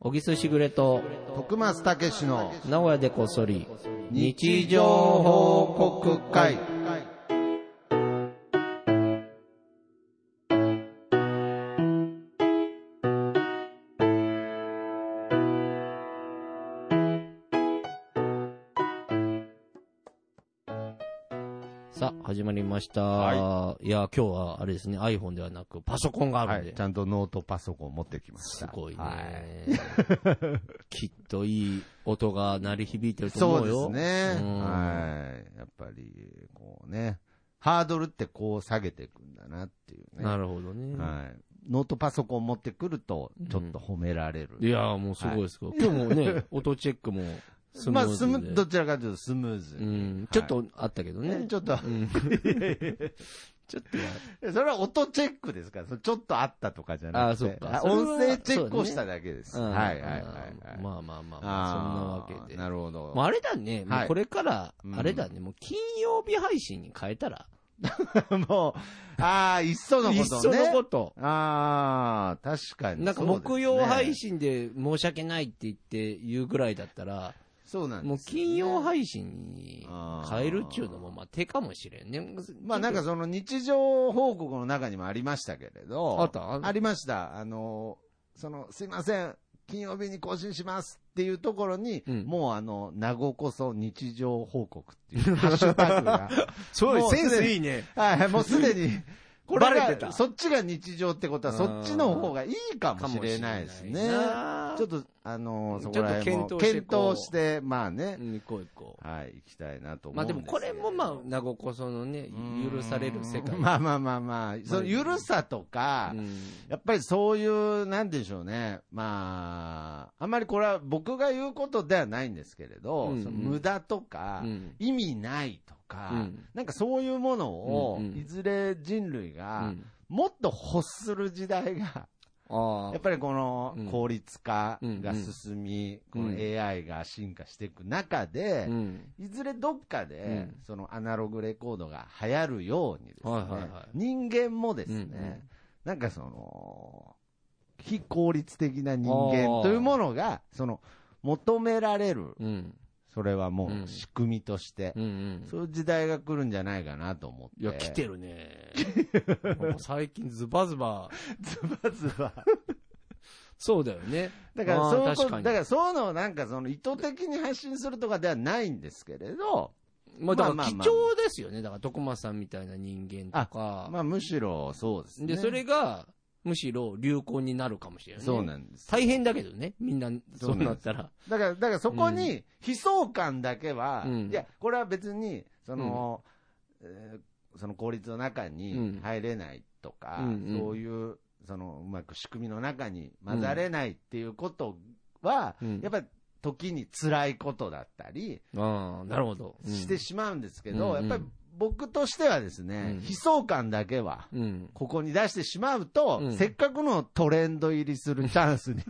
小木すしぐれと、徳松たけしの名古屋でこっそり、日常報告会。さあ、始まりました。、はいや、今日はあれですね、iPhone ではなく、パソコンがあはるんで。い、ちゃんとノートパソコン持ってきましすた。ごいね。はい、 きっといい音が鳴り響いてるとそ思ううでよ。すね。うんはい。やっぱり、こうね、ハードルってこう下げていくんだなっていうね。なるほどね。はい。ノートパソコン持ってくると、ちょっと褒められる。いやーもうすごいですけど、今日も ね、音チェックもスムまあ、ースズで。ム、どちらかというとスムーズうに。ん、ちょっとあったけどねね。ちょっと、 うん、ちょっとはそれは音チェックですから、そのちょっとあったとかじゃなくて。あそっかはい音声チェックをしただけでうす。んはいはいはいはい。まあまあまああまあ、ーそんなわけで。なるほど。もうあれだね、もうはいこれからう、んあれだね、もう金曜日配信に変えたら、もう、 ああ、いっそのことね。いっそのこと。ああ、確かに。なんかそうですね木曜配。信で申し訳ないって言って言うぐらいだったら、そうなんです。もう金曜配信に変えるっちゅうのも、あーまあ手かもしれんね。まあなんかその日常報告の中にもありましたけれど。あったあありました。あの、その、すいません。金曜日に更新しますっていうところに、うんもうあの、名護こそ日常報告っていうハッシュタ グが。そうもうセンスいいね。はい、もうすでに。これバレてが、たそっちが日常ってことは、そっちの方がいいかもかしもれしれなないいでですすねね。ちょっと、あのちょー、そっことら辺も検討してこう検討して、まあねう、ん、行こう行こう。はい、行きたいなと思まあうんですもけどこれもまあ、名護こそのね、許される世界。うんまあまあまあまあ、その許さとか、うんやっぱりそういう、なんでしょうね。まあ、あんまりこれは僕が言うことではないんですけれど、うんうんその無駄とか、うん意味ないとか、うんなんかそういうものを、うんうんいずれ人類うが、んもっと欲する時代が、あやっぱりこのうん効率化うんうんが進み、うんこの AI が進化していく中であ。う、ん。いずれどっかで、うんそのアナログレコードが流行るようにですね、はいはいはい人間もですね、うんうんなんかその、非効率的な人間というものが、その、求められる、うん。それはもううん仕組みとして、うんうん。そういう時代が来るんじゃないかなと思って。いや、来てるね。もう最近ズバズバ。ズバズバ。そうだよね。 だからあーそういうこ確と、かだにからそういうのをなんかその意図的に発信するとかではないんですけれど、まあだかまあまらあ貴まあ重ですよね。だから徳松さんみたいな人間とか。まあむしろそうですね。で、それが、むしろ流行になるかもしれない、そうなんです。大変だけどね。みんな、そうなったら。だから、だからそこに悲壮感だけは、うんいや、これは別に、その、えーその効率の中に入れないとか、うんうんうんそういう、その、うまく仕組みの中に混ざれないっていうことは、うんやっぱり時に辛いことだったりああ、なるほど。うんしてしまうんですけど、うんうんやっぱり僕としてはですね、うん悲壮感だけは、うん。ここに出してしまうと、うんせっかくのトレンド入りするチャンス に、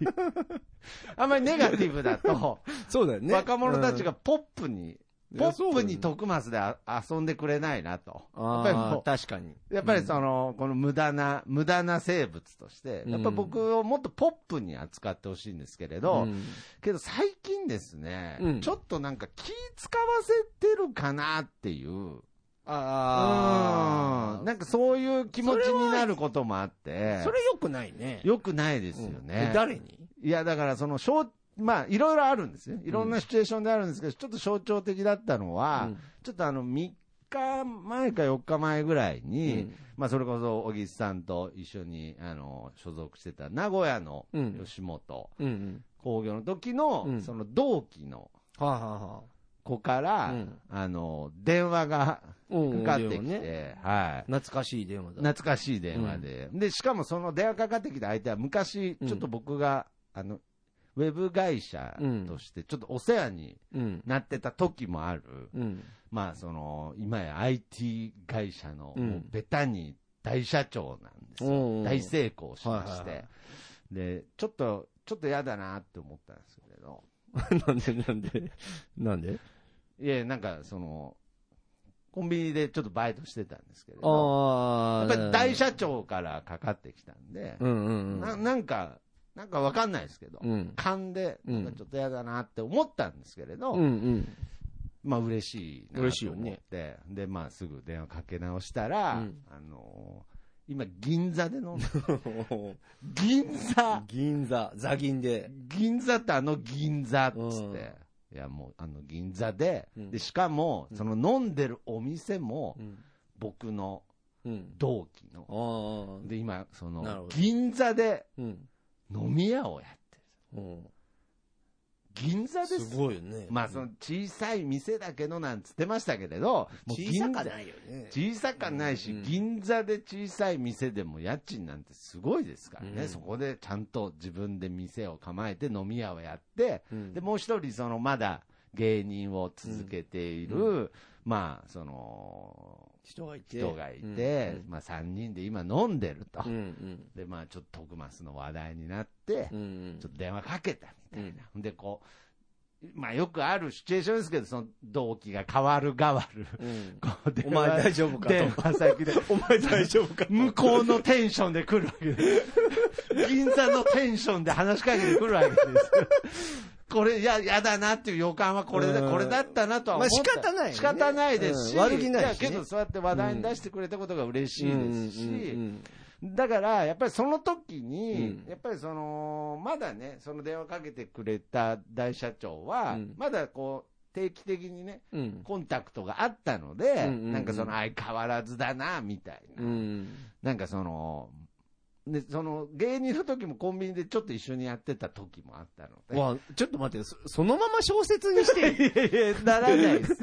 あんまりネガティブだと、そうだよね。若者たちうがん、ポップに、いポやそうッだプよねに徳松であ遊んでくれないなと。やっぱりあもあ、確かに。う、やっぱりその、この無駄な、無駄な生物として、やっぱうん僕をもっとポップに扱ってほしいんですけれど、うんけど最近ですね、うんちょっとなんか気使わせてるかなっていう、あうあん、なんかそういう気持ちになることもあって、それ良くないね。良くないですようんねえ。誰にいや、だからその、象まあ、いろいろあるんですよ。いろんなシチュエーションであるんですけど、ちょっと象徴的だったのは、うんちょっとあの、3日前か4日前ぐらいに、うんまあ、それこそ、小木さんと一緒に、あの、所属してた名古屋のうん吉本うんうん。興業の時の、うんその同期のはあ、はあはあ、子から、うんあの、電話がうんかかってき電て、話ねはい。懐かしい電話だ。懐かしい電話で、で、しかもその電話かかってきた相手は昔、ちょっと僕が、あの、ウェブ会社として、ちょっとお世話にうん。なってた時もある、うん。まあ、その、今や IT 会社の、うんもうベタに大社長なんですおうおよ。う大成功しましはいはいはて。で、ちょっと、ちょっと嫌だなって思ったんですけれど、 なんでなんでなんでいや、なんか、その、コンビニでちょっとバイトしてたんですけれど、あやあ。っぱり大社長からかかってきたんで、うんうんうん。ななんか、なんかわかんないですけど、うん。勘で、なんかちょっと嫌だなって思ったんですけれど、うんうん。まあ嬉しいなと思っ嬉てしいよねで、まあすぐ電話かけ直したうら、んあのー今銀座で飲 んで、銀座銀座、座銀で。銀座ってあの銀座っつって、うんいやもうあの銀座で、うんでしかもうんその飲んでるお店もうん。僕のうん。同期あの、あ。で今そなるほのど銀座でうん。飲み屋をやってるうん銀座ですすごいよね。まあその小さい店だけどなんつってましたけれど、もう小さ銀か座ないよね。小さかないし、うん銀座で小さい店でも家賃なんてすごいですからね、うんそこでちゃんと自分で店を構えて飲み屋をやって、うんで、もう一人、そのまだ芸人を続けている、うまあ、その、人がいて。人がいて、まあ3人で今飲んでると。うん。うん。で、まあちょっと徳スの話題になって、うんうん。ちょっと電話かけたみたいな。うんほん、 で、こう、まあよくあるシチュエーションですけど、その同期が変わる変わる。うん。こう電お前話大丈夫か電と。話先で、お前大丈夫 かと。向こうのテンションで来るわけです。銀座のテンションで話しかけてくるわけです。これ、や、やだなっていう予感はこれだ、うんこれだったなとは思っまあ仕方た。ないよね仕方ないですし。うん悪気ないしねやけど、そうやって話題に出してくれたことが嬉しいですし。うんだから、やっぱりその時に、うんやっぱりその、まだね、その電話かけてくれた大社長は、うんまだこう、定期的にね、うんうん。コンタクトがあったので、うんうんうんなんかその相変わらずだな、みたいな。うん。なんかその、で、その、芸人の時もコンビニでちょっと一緒にやってた時もあったのうで。わ、ちょっと待って、そそのまま小説にしていいいやいや、 ならない です。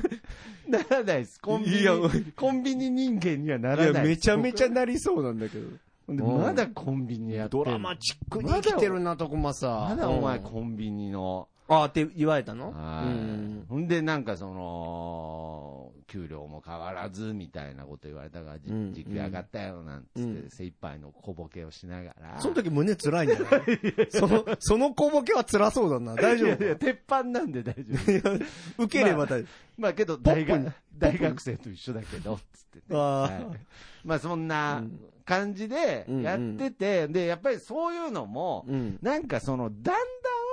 ならないです。コンビいやニ、コンビニ人間にはないらや、ないめです。ちゃめちゃなりそうなんだけど。ほんでうんまだコンビニやってドるラマチックに生きてるな、徳間さん。まだお前うんコンビニの。ああって言われたのはういんほんで、なんかその、給料も変わらずみたいなこと言われたから、じうん時給上がったよなんつうって、ん精一杯の小ボケをしながら。その時胸辛いん じゃないその、その小ボケは辛そうだな。大丈いやいや、夫鉄板なんで大丈 夫。受ければ大丈まあけどポッ大プ学に、大学生と一緒だけど、つって夫。あね。はいまあそんなうん感じでやってて、で、やっぱりそういうのあも、うん。なんかその、だん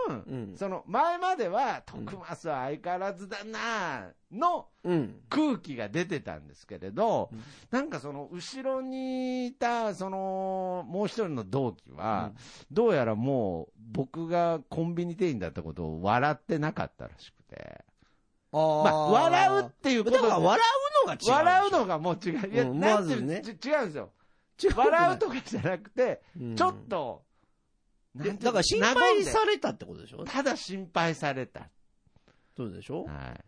だん、うん。その前までは、徳スは相変わらずだな、のうん。空気が出てたんですけれどうん、なんかその、後ろにいた、その、もう一人の同期は、どうやらもう、僕がコンビニ店員だったことを笑ってなかったらしくて、ああまあ、笑うっていうこだとから笑うのが違う。笑うのがもう違う。いや、うんなんまてずねち違うんですよ。違くない笑うとかじゃなくて、うんちょっと、いやだから心配されたってことでしょただ心配された。そうでしょはい。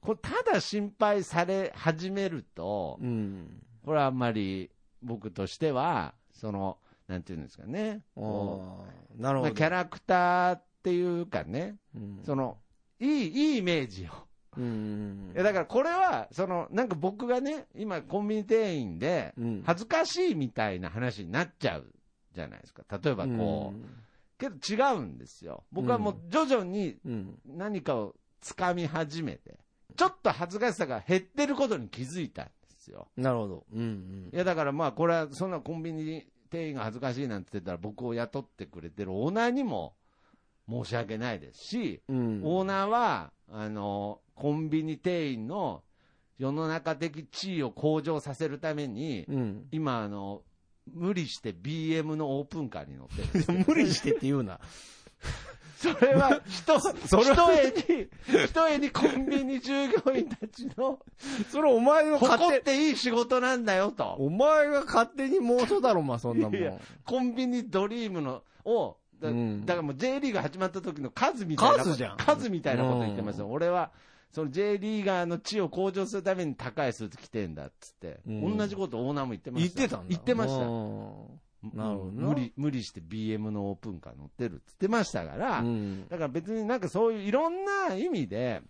これ、ただ心配され始めると、うん。これはあんまり僕としては、その、なんていうんですかね。あこあ、なうるほまあど。キャラクターっていうかね、うんその、いい、いいイメージを。うんいや、だからこれは、その、なんか僕がね、今コンビニ店員で、うん恥ずかしいみたいな話になっちゃうじゃないですか。例えばこう、けど違うんですよ。僕はもう徐々にうん、うん。何かを掴み始めて、ちょっと恥ずかしさが減ってることに気づいたんですよ。なるほど。うんいやだからまあこれはそんなコンビニ店員が恥ずかしいなんて言ってたら僕を雇ってくれてるオーナーにも申し訳ないですし、うん。うん。オーナーは、あの、コンビニ店員の世の中的地位を向上させるために、 うん。今、あの、無理して BM のオープンカーに乗ってるんです けど。無理してって言うな。それは、人、それ一重に、一重にコンビニ従業員たちの、 それお前の勝誇手っ、ていい仕事なんだよと。お前が勝手に妄想だろ、まあそんなもいやん。コンビニドリームの、を、だうんだからもう J リーグ始まった時の数みたいなこと。数じゃん数みたいなこと言ってますよ。う俺は、その J リーガーの地位を向上するために高いスーツ着てんだっつって、うん同じことオーナーも言ってま言っした。てたんだ。言ってましうた。んなるほどな無理、無理して BM のオープンカー乗ってるって言ってましたから、ん。だから別になんかそういういろんな意味で、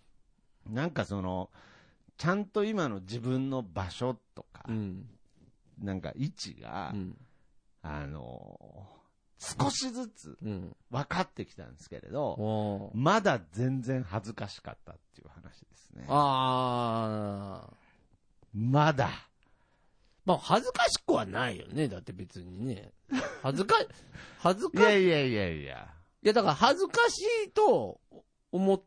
なんかその、ちゃんと今の自分の場所とか、うん。なんか位置が、うん。あのー少しずつうん。分かってきたんですけれど、おーまだ全然恥ずかしかったっていう話ですね。ああ。まだ。まあ、恥ずかしくはないよね。だって別にね。恥ずか、恥ずいかやい。いやいやいや。や、だから恥ずかしいと思っ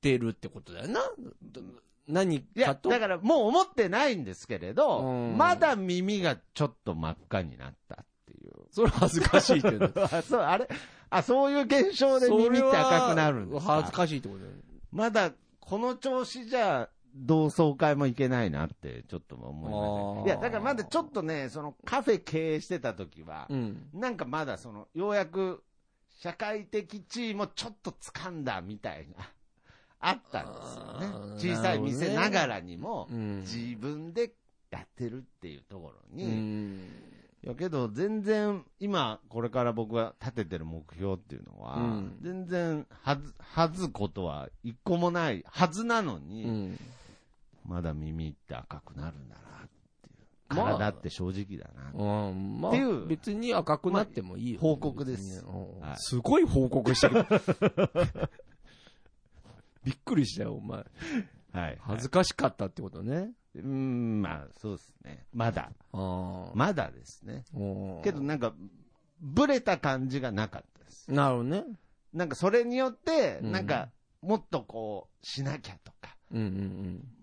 てるってことだよな。ど何いやか、と。だからもう思ってないんですけれど、うんまだ耳がちょっと真っ赤になったっていう。それは恥ずかしいって言うんだあ そう、あれあ、そういう現象 でそれは耳って赤くなるんですか恥ずかしいってことだよね。まだ、この調子じゃ、同窓会も行けないなって、ちょっと思いまあした。ーいや、だからまだちょっとね、そのカフェ経営してた時は、うん。なんかまだその、ようやく、社会的地位もちょっと掴んだみたいな、 あったんですよね。あー小さい店ながならにも、うん。自分でやってるっていうところうに、ん。いやけど全然今これから僕が立ててる目標っていうのは、うん全然はず、はずことは一個もないはずなのに、うん。まだ耳って赤くなるんだなっていう。まあ体って正直だな。うん、まあ、っていう別に赤くなってもいいよ、まあ報告です別にねうんはいすごい報告してる。 びっくりしたよ、お前。はい。恥ずかしかったってことね。うーん、まあそうですね。まだ。あまだですね。あ。うんけど、なんか、ブレた感じがなかったです。なるほどね。なんかそれによって、うんなんかもっとこうしなきゃとか、うんうん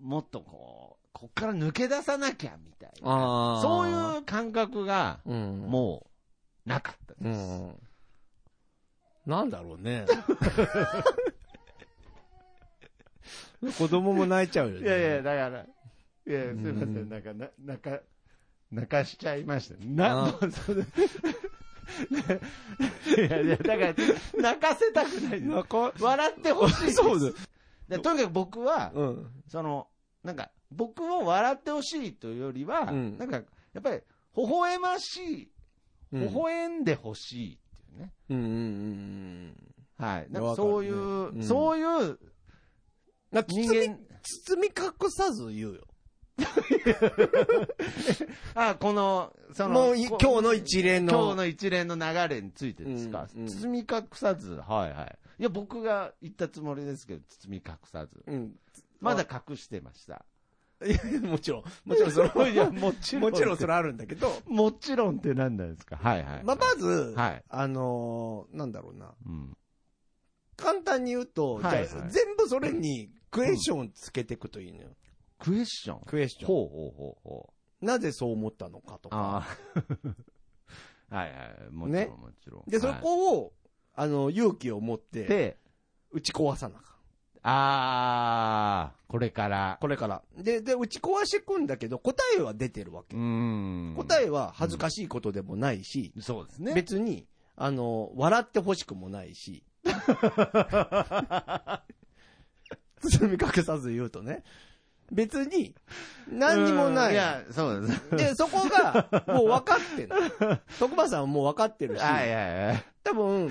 うん。もっとこう、こっから抜け出さなきゃみたいな。ああ。そういう感覚が、う、うん、もう、なかったうです。ん。なんだろうね。 子供も泣いちゃうよね。いやいや、だから、いや、すうんみません、なんか、な、泣か、泣かしちゃいました。あな、そうだいやいや、だから、泣かせたくない です。泣か、笑ってほしいです。そうだ。でとにかく僕は、うん。その、なんか、僕を笑ってほしいというよりは、うんなんか、やっぱり、微笑ましい、うん微笑んでほしいっていうね。うんうんうんうん。はい。なんかそういう、わかるねうんそういうなんか人包み間、包み隠さず言うよ。あ、この、その、もういこ今日の一連の。今日の一連の流れについてですか、うんうん包み隠さず、はいはい。いや、僕が言ったつもりですけど、包み隠さず。うん。まだ隠してました。いや もちろん。もちろんそれ は、いや、もちろん。もちろんそれはあるんだけど、もちろんって何なんですかはいはい。まあ、まず、はい。あのーなんだろうな。うん。簡単に言うと、はいはいじゃあ全部それにクエスチョンをつけていくといいのよ。クエスチョンクエスチョン。ほうほうほうほう。なぜそう思ったのかとか。ああ。 はいはい。もちろねん、もちろん。で、そはいこを、あの、勇気を持って、で、打ち壊さなあかんああ、これから。これから。で、で、打ち壊していくんだけど、答えは出てるわけ。ん答え。えは恥ずかしいことでもないし、そうですね。別に、あの、笑ってほしくもない し。包み隠さず言うとね。別に、何にもなうんい。いや、そうです。で、そこが、もう分かってんの。 徳馬さんはもう分かってるし、はいはいはい。多 分、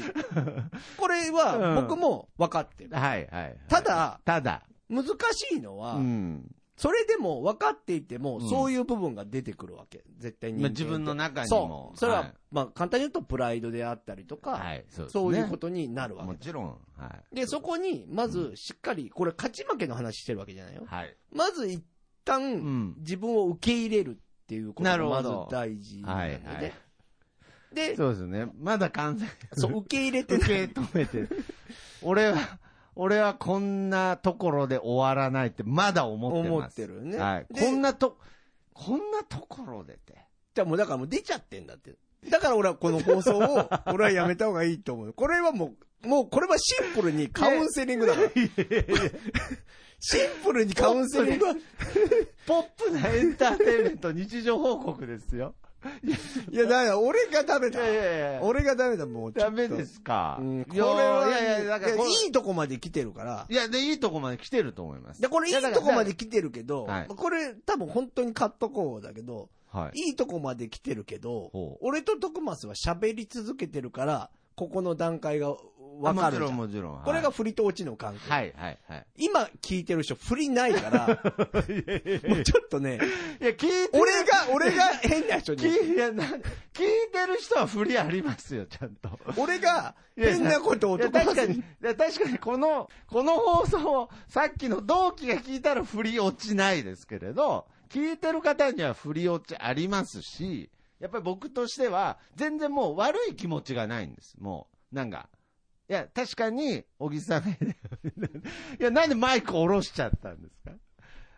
これはうん僕も分かってる。はいはいはい。ただ、ただ、難しいのは、うん。それでも分かっていても、うんそういう部分が出てくるわけ。絶対に。まあ自分の中にそも。う。それは、いまあ簡単に言うとプライドであったりとか、はい、そうですねそういうことになるわもけ。ちろん、はで、そこに、まず、しっかり、これ、勝ち負けの話してるわけじゃないい。よ。はい。まず、一う旦、ん。自分を受け入れるっていうことなが、るほまずど大事なはい、んだよはいね。。で、そうですね。まだ完全そう、受け入れて受ない。け止めて る。俺は、俺はこんなところで終わらないって、まだ思って思まっす。てるね。はい。でこんなと、こんなところでって。じゃあもうだからもう出ちゃってんだって。だから俺はこの放送 を、俺はやめた方がいいと思う。これはもう、もうこれはシンプルにカウンセリングだから。シンプルにカウンセリングは、ポップなエンターテインメント日常報告ですよ。いやだから俺がダメいだ。やいやいや。俺がダメだ、もうちょダっと。メですか。うん、こいれやは、いやいや、だからいこれ、いいとこまで来てるからい、や、で、いいとこまで来てると思います。で、これいいやだからとこまで来てるけど、はいこれ多分本当に買っとこうだけど、はい。いいとこまで来てるけどほ、う俺と徳松は喋り続けてるから、ここの段階がわかるじゃあん。もちろん、もちろん。はいこれが、振りと落ちの関係。はい、はい、はい。今聞いてる人振りない から、もうちょっとね、いや、聞いて俺が、俺が変な人に、聞いいやな聞いてる人は振りありますよ、ちゃんと。俺がいや変なことをいや、徳確松かに、いに、や、確かに、この、この放送を、さっきの同期が聞いたら振り落ちないですけれど、聞いてる方には振り落ちありますし、やっぱり僕としては、全然もう悪い気持ちがないんです。もう、なんか。いや、確かに、小木さんが言ったようにいや、なんでマイク下ろしちゃったんですか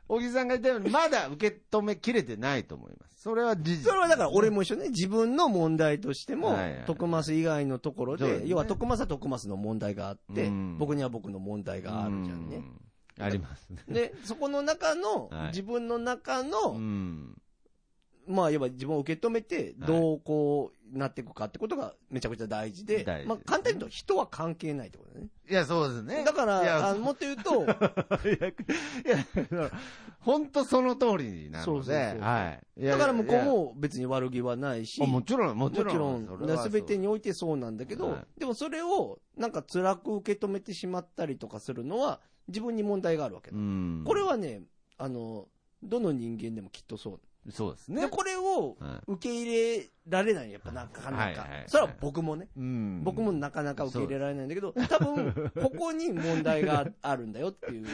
小木さんが言ったように、まだ受け止めきれてないと思います。それは事実。それはだから俺も一緒ね、自分の問題としてもはいはいはい、徳増以外のところそうですで、ね要は徳増は徳増の問題があってうん、僕には僕の問題があるじゃんね。うん。ありますね。で、そこの中のはい、自分の中の、ん。まあ、要は自分を受け止めて、はいどうこうなっていくかってことがめちゃくちゃ大事で大事です、ねまあ、簡単に言うと人は関係ないってことだね。いや、そうですね。だかいやら、あのもっと言うと、いや、いや本当その通りなそのうそうそうで、はい。いやだから向こうも別に悪気はないし、いやもちろん、ももちちろん。ろそれはそん、うすべてにおいてそうなんだけど、はでもそれをなんか辛く受け止めてしまったりとかするのは、自分に問題があるわけだ、うん。これ、はね、あの、どの人間でもきっとそう。そうですで、ね。これをは受け入れられない、やっぱなかなかはいはいはい。それは僕もね。いうん僕 もなかなか受け入れられないんだけど、多分、ここに問題があるんだよっていう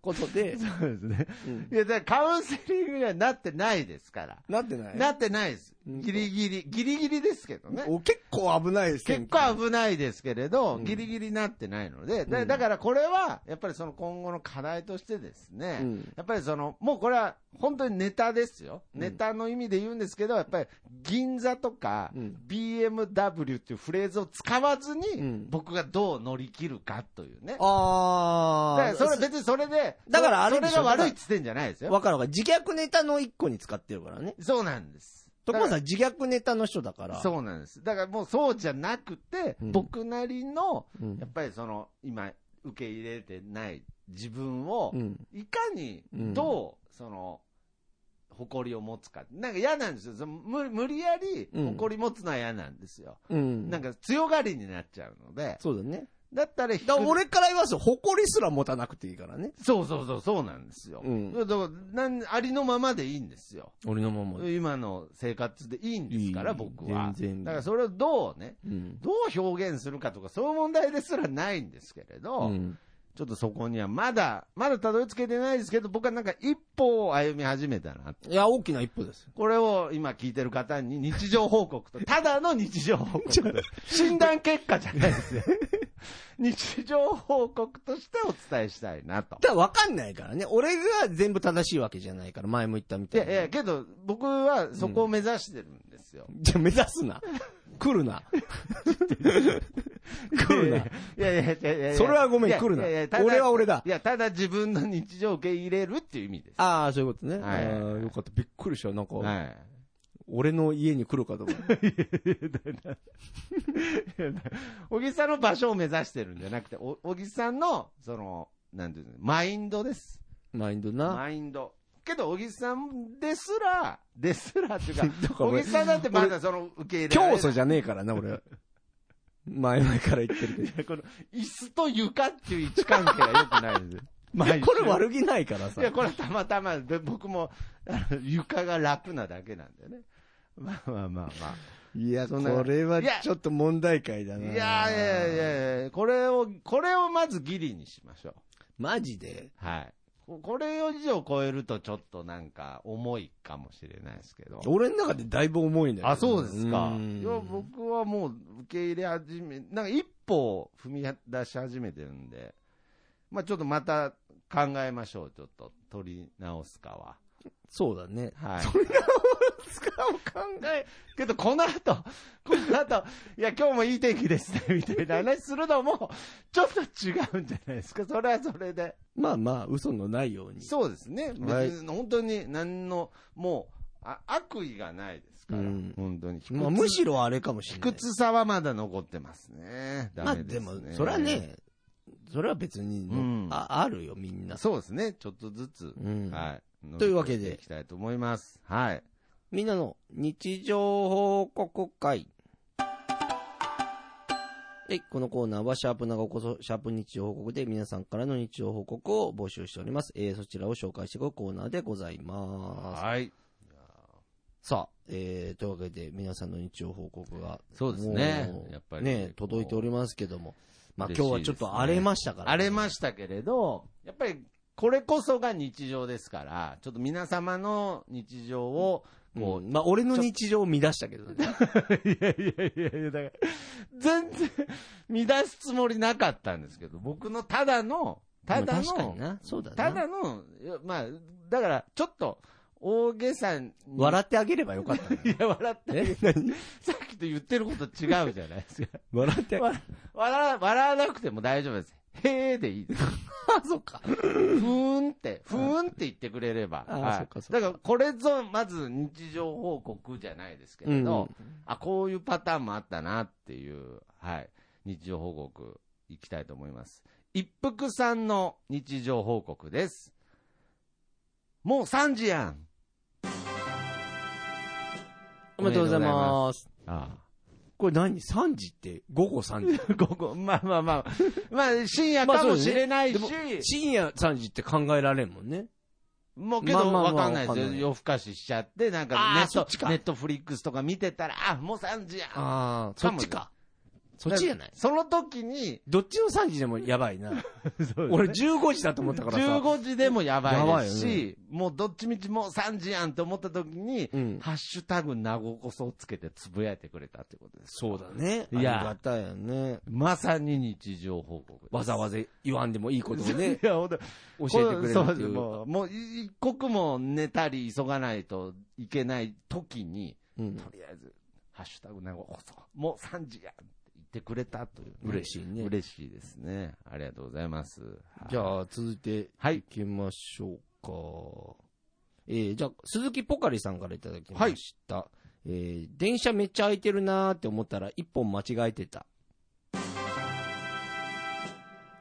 ことで、そうですね。 うんいや、だからカウンセリングにはなってないですから。なってないなってないでうす。んギリギリ、ギリギリですけどね。お結構危ないですね結構危ないですけれど、うんギリギリなってないので、うだんだからこれは、やっぱりその今後の課題としてですね、うんやっぱりその、もうこれは本当にネタですよ。うんネタの意味で言うんですけど、やっぱり銀座とかうん BMW っていうフレーズを使わずうにん、僕がどう乗り切るかというね。だかあらあ、それ別にそれで、だからあれそでれしょが悪いって言ってんじゃないですよ。わかるわかる。自虐ネタの一個に使ってるからね。そうなんです。徳間さん自虐ネタの人だから。そうなんです。だからもうそうじゃなくて、うん僕なりの、うやっん。ぱりその、今、受け入れてない自分をう、ん。いかに、どう、その、誇りを持つか。なんか嫌なんですよ。その無無理やり、うん誇り持つのは嫌なんですよ。うん。なんか強がりになっちゃうので、そうだね。だったら低くだから俺から言わすと、誇りすら持たなくていいからね。そうそうそう、そうなんですよ。うんだからなんありのままでいいんですよ。俺のまま今の生活でいいんですから、いい僕は。全然だからそれをどうね、うん。どう表現するかとか、そういう問題ですらないんですけれど、うん。ちょっとそこにはまだ、まだたどり着けてないですけど、僕はなんか一歩を歩み始めたな。いや、大きな一歩です。これを今聞いてる方に日常報告と、ただの日 常報告です。診断結果じゃないですよ。日常報告としてお伝えしたいなと。だからわかんないからね。俺が全部正しいわけじゃないから、前も言ったみいたいやに。いや、けど僕はそこを目指してるんですよ。じゃあ目指すな。 来るな。来るな。いやいやいやいやいやそれはごめんいや来るないやいやただ俺は俺だいや、ただ自分の日常を受け入れるっていう意味です。ああ、そういうことね。はいはいはいああよかった。びっくりした。なんか、はい。俺の家に来るかと思った。小木さんの場所を目指してるんじゃなくて、お小木さんの、その、なんていうの、マインドです。 マインドな。マインド。けど、小木さんですら、ですらってい うかだ、から小俺木さんだってまだその受け入れられ教ない祖じゃねえからな、俺。 前々から言ってるけど。 この、椅子と床っていう位置関係が良くな いです。毎週これ悪気ないからいさ。や、これはたまたまで、僕も、あの床が楽なだけなんだよね。まあまあまあまあ。いや、そんなこれはいやちょっと問題解だいやいやいやいや、これを、これをまずギリにしましょう。マジではい。ここれ以上超えるとちょっとなんか重いかもしれないですけど。俺の中でだいぶ重いんだよ。あ、そうですか。んいや、僕はもう受け入れ始め、なんか一歩踏み出し始めてるんで、まあちょっとまた考えましょう、ちょっと。取り直すかは。そうだね。はい。使う考え。けど、この後、この後、いや、今日もいい天気です ね、みたいな話するのも、ちょっと違うんじゃないですか。それはそれで。まあまあ、嘘のないように。そうですね。はい別に本当に何の、もう、あ悪意がないですから。うん本当に。まあ、むしろあれかもしれ卑ない。屈さはまだ残ってますね。まダあメですねも、それは。ね、それは別にの、うんあ、あるよ、みんな。そうですね。ちょっとずつ。うんはい。というわけで乗り越えていきたいと思います。はい。みんなの日常報告会。はい、このコーナーは、シャープ長こそ、シャープ日常報告で皆さんからの日常報告を募集しております。えー、そちらを紹介していくコーナーでございます。はい。さあ、えー、というわけで皆さんの日常報告が、そうですねもうやっぱりね、届いておりますけども、まあ嬉しい今日はちょっと荒れましたから、荒れましたけれど、やっぱりこれこそが日常ですから、ちょっと皆様の日常を、こう、まあ、俺の日常を乱したけどね。いやいやいやいや、だから、全然乱すつもりなかったんですけど、僕のただの、ただまあ確かのに、な。そうだな。ただの、いやまあ、だから、ちょっと、大げさに。笑ってあげればよかったのよ。 いや、笑ってえ何さっきと言ってること違うじゃないですか。 笑ってあげ笑笑わなくても大丈夫です。へーでいいです。あ、そっか。ふーん って、ふーんって言ってくれれば。あはいそっかそっかだから、これぞ、まず日常報告じゃないですけうれん。ど、あ、こういうパターンもあったなっていう、はい。日常報告、いきたいと思います。一服さんの日常報告です。もう3時やんおめでとうございます。あこれ何 ?3 時って午後3時。あ。 ここ、まあまあまあ。まあ、深 夜まあかそうもですしねれないし、深夜3時って考えられんもんね。もうけまあど、まあまあわかんないですわかんよ。ない夜更かししちゃって、なんかあーネそッっちト、かネットフリックスとか見てたら、あ、もう3時やん。ああ、そっかもちか。そっちじゃないその時に、 どっちの3時でもやばいな。俺15時だと思ったからさ。 15時でもやばいですやばいし、もうどっちみちもう3時やんと思った時に、うん。ハッシュタグなごこそをつけてつぶやいてくれたってことです。そうだね。いあやりがたいよね。まさに日常報告で す、わざわざ言わんでもいい ことをねいや、ほんと教えてくれる そっうてでいすう。もう、もう一刻も寝たり急がないといけない時に、うんとりあえず、ハッシュタグなごこそ、もう3時やって言ってくれたというね、嬉しいね嬉しいですね。ありがとうございます。じあ、ゃあ、続いて、はい行きましょうか。えーじゃあ、鈴木ポカリさんからいただきました。えー電車めっちゃ空いてるなーって思ったら、一本間違えてた。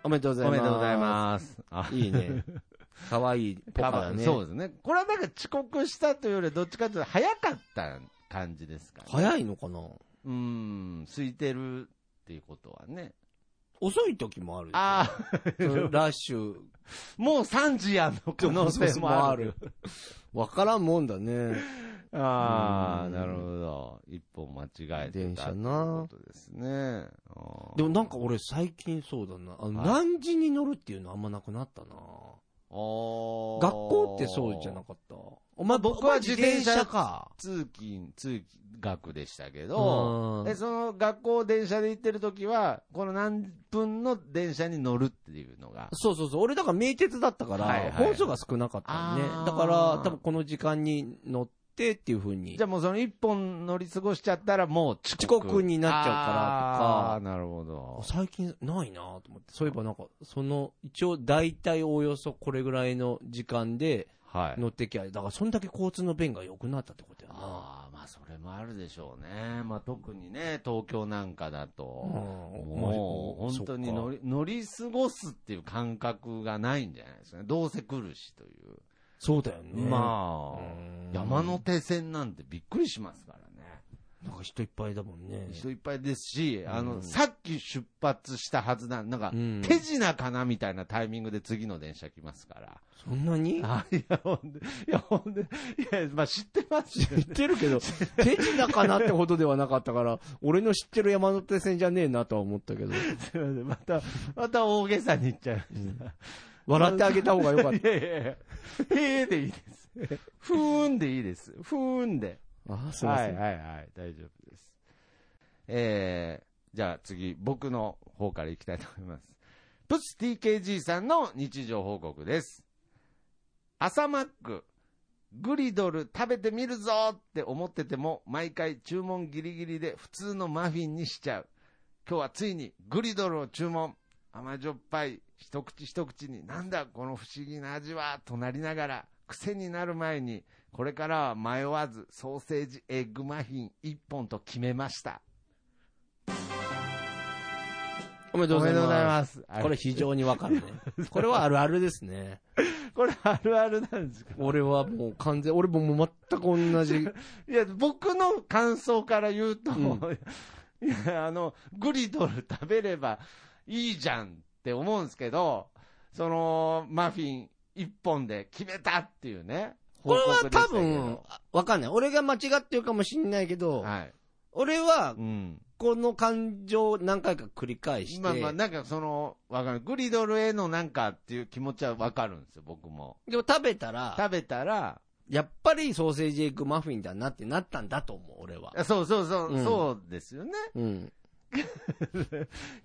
おめでとうございおます。めでとうございます。あす。いいね。かわいいポカだね。そうですね。これはなんか遅刻したというより、どっちかというと早かった感じですかね。早いのかなうーん、空いてるっていうことはね。遅い時もあるよ。ああ、そのラッシュ。もう3時やんの可能性も ある。。わからんもんだね。あうあ、んなるほど。一本間違えて電た車ってなことですね。あーでもなんか、俺最近そうだな。あの、はい何時に乗るっていうのあんまなくなったな。あー学校ってそうじゃなかった。お前僕は自転車か。通勤、通学でしたけど、うんで、その学校電車で行ってる時は、この何分の電車に乗るっていうのが、そうそうそう。俺だから名鉄だったかはいはら、い本数が少なかったのね。あーだから、多分この時間に乗ってっていう風にじゃ。あもうその一本乗り過ごしちゃったらもう遅刻。遅刻になっちゃうからとかあーなるほど。最近ないなと思って。そういえばなんか、その、一応大体おおよそこれぐらいの時間ではい。乗ってきゃ、だからそんだけ交通の便が良くなったってことやな。ああ、まあそれもあるでしょうね。まあ特にね、東京なんかだうんと、もう本当に乗り乗り過ごすっていう感覚がないんじゃないですかね。どうせ来るしという。そうだよね。まうあ、ん山手線なんてびっくりしますからね。なんか人いっぱいだもんね。人いっぱいですし、あうの、んさっき出発したはずな、なんかう、ん手品かなみたいなタイミングで次の電車来ますから。そんなにあ、 いや、ほんで、いや、ほんで、いや、まあ知ってますよ知ってるけど、 手品かなってほどではなかったから、俺の知ってる山手線じゃねえなとは思ったけど、すいませんまた、また大げさに言っちゃいました。笑ってあげた方がよかっいやいやいや、へーでいいです。ふーんでいいです。ふーんで。た。あ、すいまはせいん。はいはい、大丈夫です。えー、じゃあ次、僕の方からいきたいと思います。プス TKG さんの日常報告です。朝マック、グリドル食べてみるぞって思ってても、毎回注文ギリギリで普通のマフィンにしちゃう。今日はついにグリドルを注文。甘じょっぱい、一口一口に、なんだこの不思議な味は、となりながら、癖になる前に、これからは迷わず、ソーセージエッグマフィン1本と決めました。おめでとうございます。す。あれこれ非常にわかるね。 これはあるあるですね。これあるあるなんですか俺はもう完全、俺ももう全く同じ。いや、僕の感想から言うと、う いや、あの、グリドル食べればいいじゃんって思うんですけど、その、マフィン1本で決めたっていうね。これ報は告でし多たけど分、わかんない。俺が間違ってるかもしんないけど、はい。俺はう、ん。この感情を何回か繰り返して、まあまあ、なんかその、わかる。グリドルへのなんかっていう気持ちはわかるんですよ、僕も。でも食べたら、食べたら、やっぱりソーセージエッグマフィンだなってなったんだと思う、俺は。あそうそうそう、うんそうですよね。うん。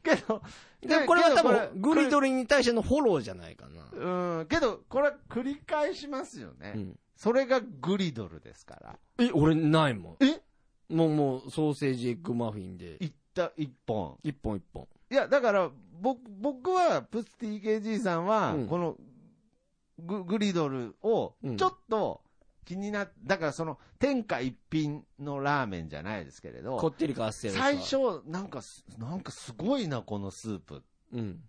けど、でもこれは多けど分、こグれリドルに対してのフォローじゃないかな。うん、けど、これは繰り返しますよね。うん。それがグリドルですから。え、俺ないもん。えもうもう、ソーセージエッグマフィンで、いった一本。一本一本。いや、だから、僕、僕は、プス TKG さんはうん、このグ、グリドルをう、んちょっと気になっ、だからその、天下一品のラーメンじゃないですけれこど、ってりかあっせるさ最。初、なんかす、なんかすごいな、このスープ。うん。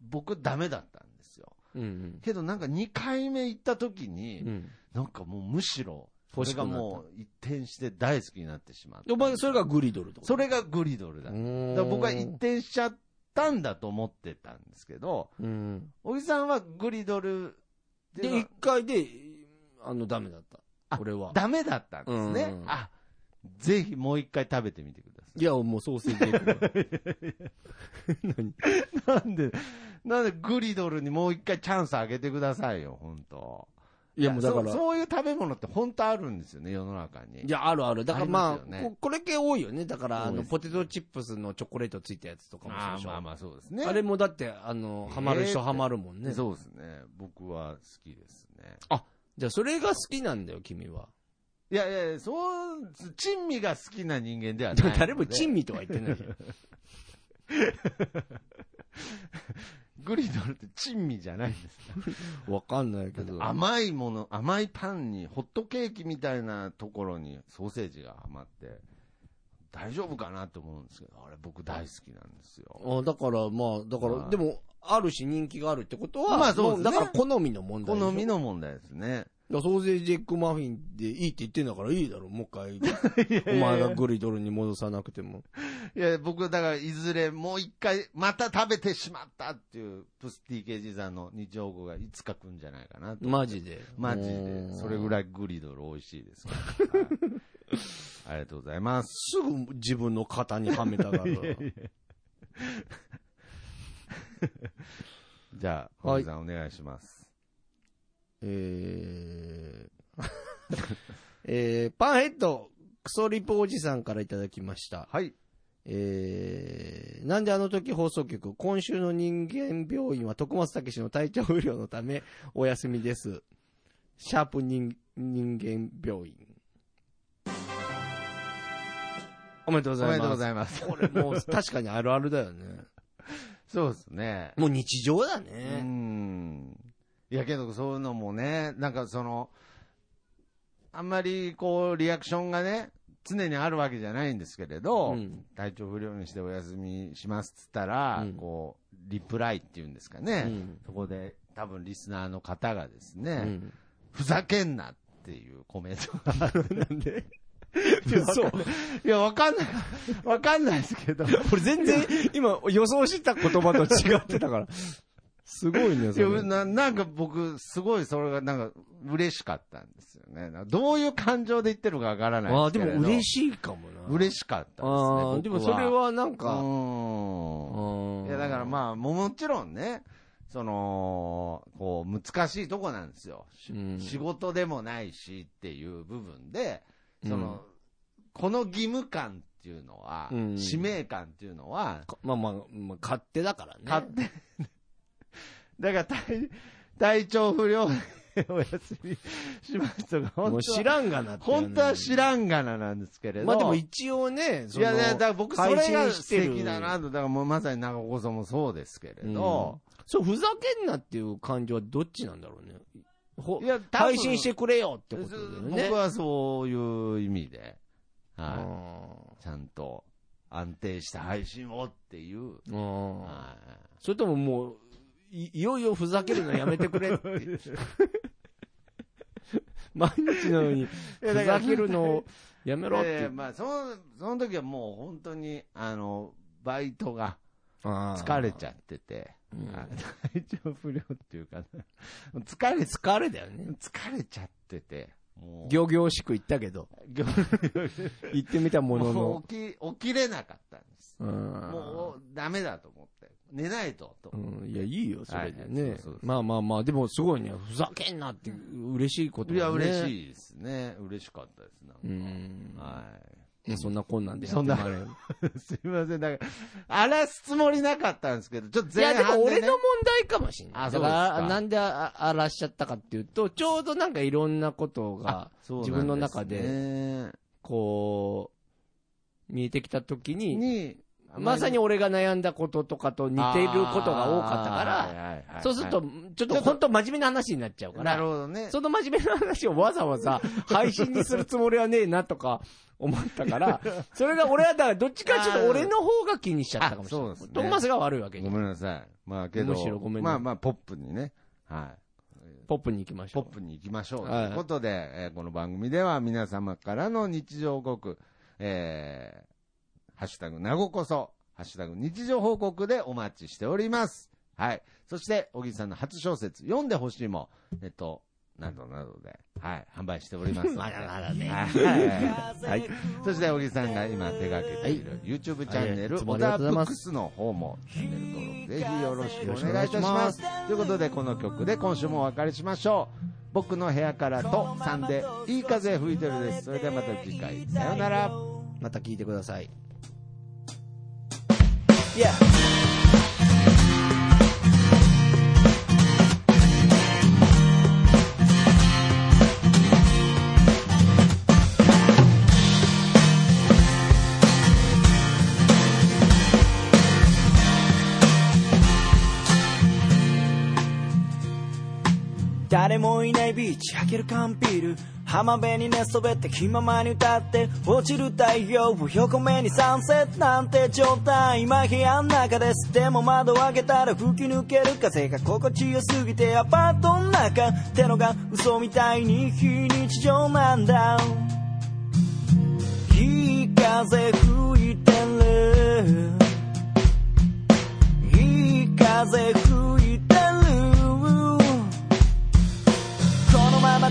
僕、ダメだったんですよ。うんけど、なんか2回目行った時うにん。、うん。なんかもうむしろ、そ欲れしくながったもう一転して大好きになってしまっでた。お前、それがグリドルってことそれがグリドルだ。だから僕は一う転しちゃったんだと思ってたんですけど、ーん。小木さんはグリドルっていうので、は一回で、あの、ダメだった。あ俺は。ダメだったんですねう。んあ、ぜひもう一回食べてみてくだいや、もうソーセージエッ グ。さい。なんで、なんでグリドルにもう一回チャンスあげてくださいよ、本当いや、もうだからそ。そういう食べ物って本当あるんですよね、世の中に。いや、あるある。だからありまますあ、よねここれ系多いよね。だから、あ多いの、ですポテトチップスのチョコレートついたやつとかもそうあでーしょ。まああまあそうですね。れもだって、あの、ハマる人ハマるもんね。そうですね。僕は好きですね。じゃあ、それが好きなんだよ、君は。いやいやいや、そう、珍味が好きな人間ではないので。 誰も珍味とは言ってないよ。グリドルって珍味じゃない んです。わかんないけど。甘いもの、甘いパンに、ホットケーキみたいなところにソーセージがはまって、大丈夫かなと思うんですけど、あれ僕大好きなんですよ。あだから、まあ、だから、はいでも、あるし人気があるってことは、まあそうもですねだから好みの問題でしょ。好みの問題ですね。だからソーセージエッグマフィンでいいって言ってんだからいいだろ、もう一 回。お前がグリドルに戻さなくても。いや、僕、だから、いずれもう一回、また食べてしまったっていう、プス TKG さんの日常語がいつか来るんじゃないかなと。マジで。マジで、それぐらい。いグリドル美味しいですから。はい ありがとうございます。すぐ自分の型にはめた から。じゃあ、小はい木さんお願いします。えー えーパンヘッド、クソリポおじさんからいただきました。はい。えーなんであの時放送局、今週の人間病院は徳松武氏の体調不良のためお休みです。シャープ人人間病院。おめでとうござおめいでとまうごす。ざいます。これもう確かにあるあるだよね。 そうですね。もう日常だうね。ん。いやけど、そういうのもね、なんかその、あんまりこう、リアクションがね、常にあるわけじゃないんですけれど、うん体調不良にしてお休みしますっつったら、うんこう、リプライっていうんですかね、そこで多分リスナーの方がですね、うんふざけんなっていうコメントがあるなんで嘘 いや、わかんない。わかんないですけ ど。い俺全然今予想してた言葉と違ってたから。すごいね、それ。やななんか僕、すごいそれがなんか嬉しかったんですよね。なんかどういう感情で言ってるかわからないああ、でですけれもど。嬉ししいかもな。嬉しかったですね。ああ、僕でもそれはなんか、うーん。いや、だからあ、まあ、ももちろんね、その、こう、難しいとこなんですよ。しうん仕事でもないしっていう部分で、その、うんこの義務感っていうのは、うん使命感っていうのは、かまあまあ、まあ、勝手だからね。勝手。 だから体、体調不良でお休みしますとか、も本う当知は、らんがなっていうね本当は知らんがななんですけれど。まあでも一応ね、そいのや、いやだから僕、それが配信素してる敵だなと、だからもうまさに長岡さんもそうですけれど、そう、ふざけんなっていう感情はどっちなんだろうね。ほいや、多分配信してくれよってことだよね。僕はそういう意味で、はあい、ちゃんと安定した配信をっていう、ーあーはそれとももう、いいよいよふざけるのやめてく れって。毎日のように、いやふだからざけるのをやめろっ いやいて。やまあ、その、その時はもう本当に、あの、バイトが疲疲れちゃってて、うんはい体調不良っていうかな、疲れ、疲れだよね。疲れちゃってて、もう、行々しく言ったけど、ぎょ言ってみたものものう、起き、起きれなかったんで。もう、ダメだと思って。寝ないと、と。うん、いや、いいよ、それでね。はいそうそうまあまあまあ、でもすごいね、ふざけんなっていう嬉しいこといや、嬉い。しいですね。嬉しかったです、なんか。うん。はまあそんなこんなんで。そんなやってもらえるい。 すいません、なんか、荒らすつもりなかったんですけど、ちょっといや、前でも半俺で、ね。の問題かもしんない。あだそうか、ですからなんでああ荒らしちゃったかっていうと、ちょうどなんかいろんなことが、そうなん自分の中ですねこう、見えてきた時に、に、まさに俺が悩んだこととかと似ていることが多かったかあーら、はいはいはいそうすると、ちょっちょとっと本当真面目な話になっちゃうかならる、ほどね。その真面目な話をわざわざ配信にするつもりはねえなとか思ったから、それが俺はだからどっちかちょっと俺の方が気にしちゃったかもしれなあいそうです。トねンマスが悪いわけじごゃんめんなさい。まあけど、むしろごめんねまあまあ、ポップにね。はい。ポップに行きましポッょう。プに行きましょう。とはいいうことで、えーこの番組では皆様からの日常報告、えーハッシュタグ、なごこそ、ハッシュタグ、日常報告でお待ちしております。はい。そして、小木さんの初小説、読んでほしいも、ネット、などなどで、はい、販売しておりますので。まだまだねはい。はい。そして、小木さんが今手掛けている YouTube チャンネル、はいいつもあオりがとダうございブまッすクスの方も、チャンネル登録、ぜひよろしくお願いいたします。ということで、この曲で今週もお別れしましょう。僕の部屋からと3で、いい風吹いてるです。それではまた次回、さようなら。また聞いてください。誰もいないビーチ開ける缶ビール浜辺に寝そべって気ままに歌って落ちる太陽を横目にサンセットなんて状態今部屋の中ですでも窓を開けたら吹き抜ける風が心地よすぎてアパートの中ってのが嘘みたいに非日常なんだいい風吹いてるいい風吹いてるこのまま